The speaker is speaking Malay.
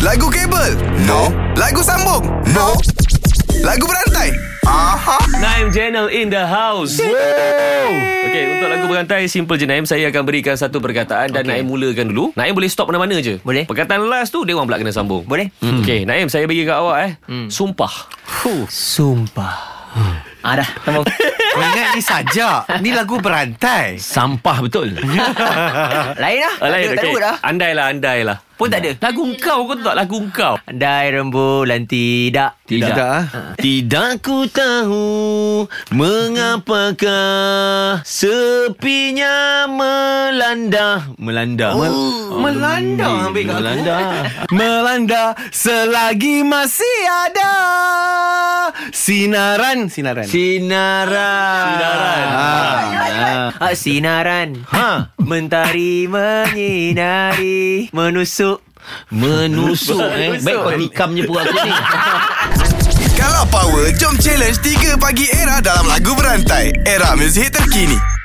Lagu kabel? No. Lagu sambung? No. Lagu berantai? Aha. Naim Channel in the house. Okay, untuk lagu berantai simple je Naim. Saya akan berikan satu perkataan dan okay. Naim mulakan dulu. Naim boleh stop mana-mana je. Boleh. Perkataan last tu dia orang pula kena sambung. Boleh. Hmm. Okay, Naim saya bagi kat awak eh. Hmm. Sumpah. Sumpah. Ah dah, sambung. Kau ingat ni sajak Ni lagu berantai Sampah betul Lain lah. Ah, lain, tak ada, tak ada word lah. Andai lah, andai lah. Pun tak ada. Lagu kau kau tahu tak lagu kau. Andai rembulan tidak. Tidak. Tidak, ah. Tidak ku tahu mengapakah sepinya melanda. Melanda. Oh, melanda ambil kat aku. Melanda. melanda selagi masih ada Sinaran Sinaran sinaran. Sinaran. Ah. Ah, sinaran Ha. Mentari menyinari Menusuk Menusuk eh. Baik kau tikam je pura aku ni. Kalau power, jom challenge 3 pagi era dalam lagu berantai. Era muzik terkini.